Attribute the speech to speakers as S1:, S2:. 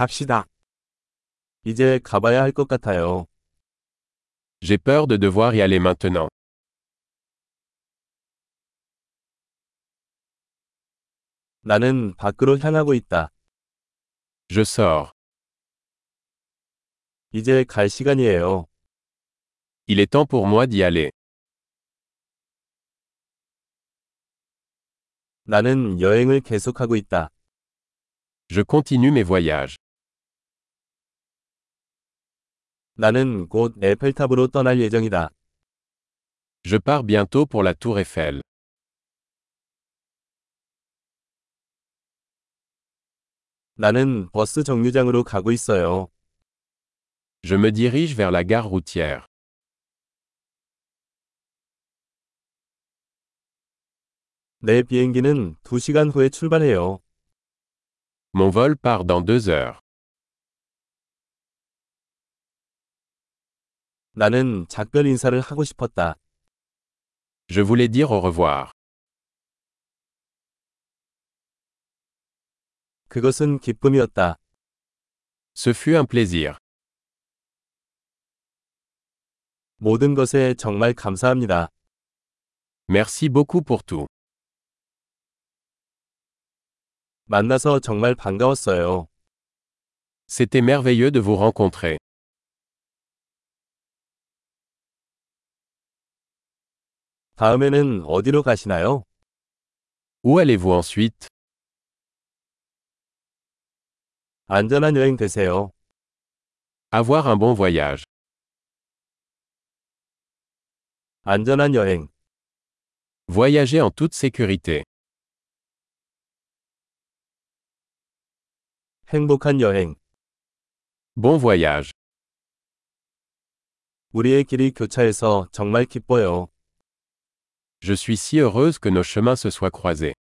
S1: 갑시다. 이제 가봐야 할 것 같아요.
S2: J'ai peur de devoir y aller maintenant.
S1: 나는 밖으로 향하고 있다.
S2: Je sors.
S1: 이제 갈 시간이에요.
S2: Il est temps pour moi d'y aller.
S1: 나는 여행을 계속하고 있다.
S2: Je continue mes voyages.
S1: 나는 곧 에펠탑으로 떠날 예정이다.
S2: Je pars bientôt pour la Tour Eiffel.
S1: 나는 버스 정류장으로 가고 있어요.
S2: Je me dirige vers la gare routière.
S1: 내 비행기는 2시간 후에 출발해요.
S2: Mon vol part dans deux heures.
S1: 나는 작별 인사를 하고 싶었다.
S2: Je voulais dire au revoir.
S1: 그것은 기쁨이었다.
S2: Ce fut un plaisir.
S1: 모든 것에 정말 감사합니다.
S2: Merci beaucoup pour tout.
S1: 만나서 정말 반가웠어요.
S2: C'était merveilleux de vous rencontrer.
S1: 다음에는 어디로 가시나요?
S2: Où allez-vous ensuite
S1: 안전한 여행 되세요.
S2: Avoir un bon voyage.
S1: 안전한 여행.
S2: Voyager en toute sécurité.
S1: 행복한 여행.
S2: Bon voyage.
S1: 우리의 길이 교차해서 정말 기뻐요.
S2: Je suis si heureuse que nos chemins se soient croisés.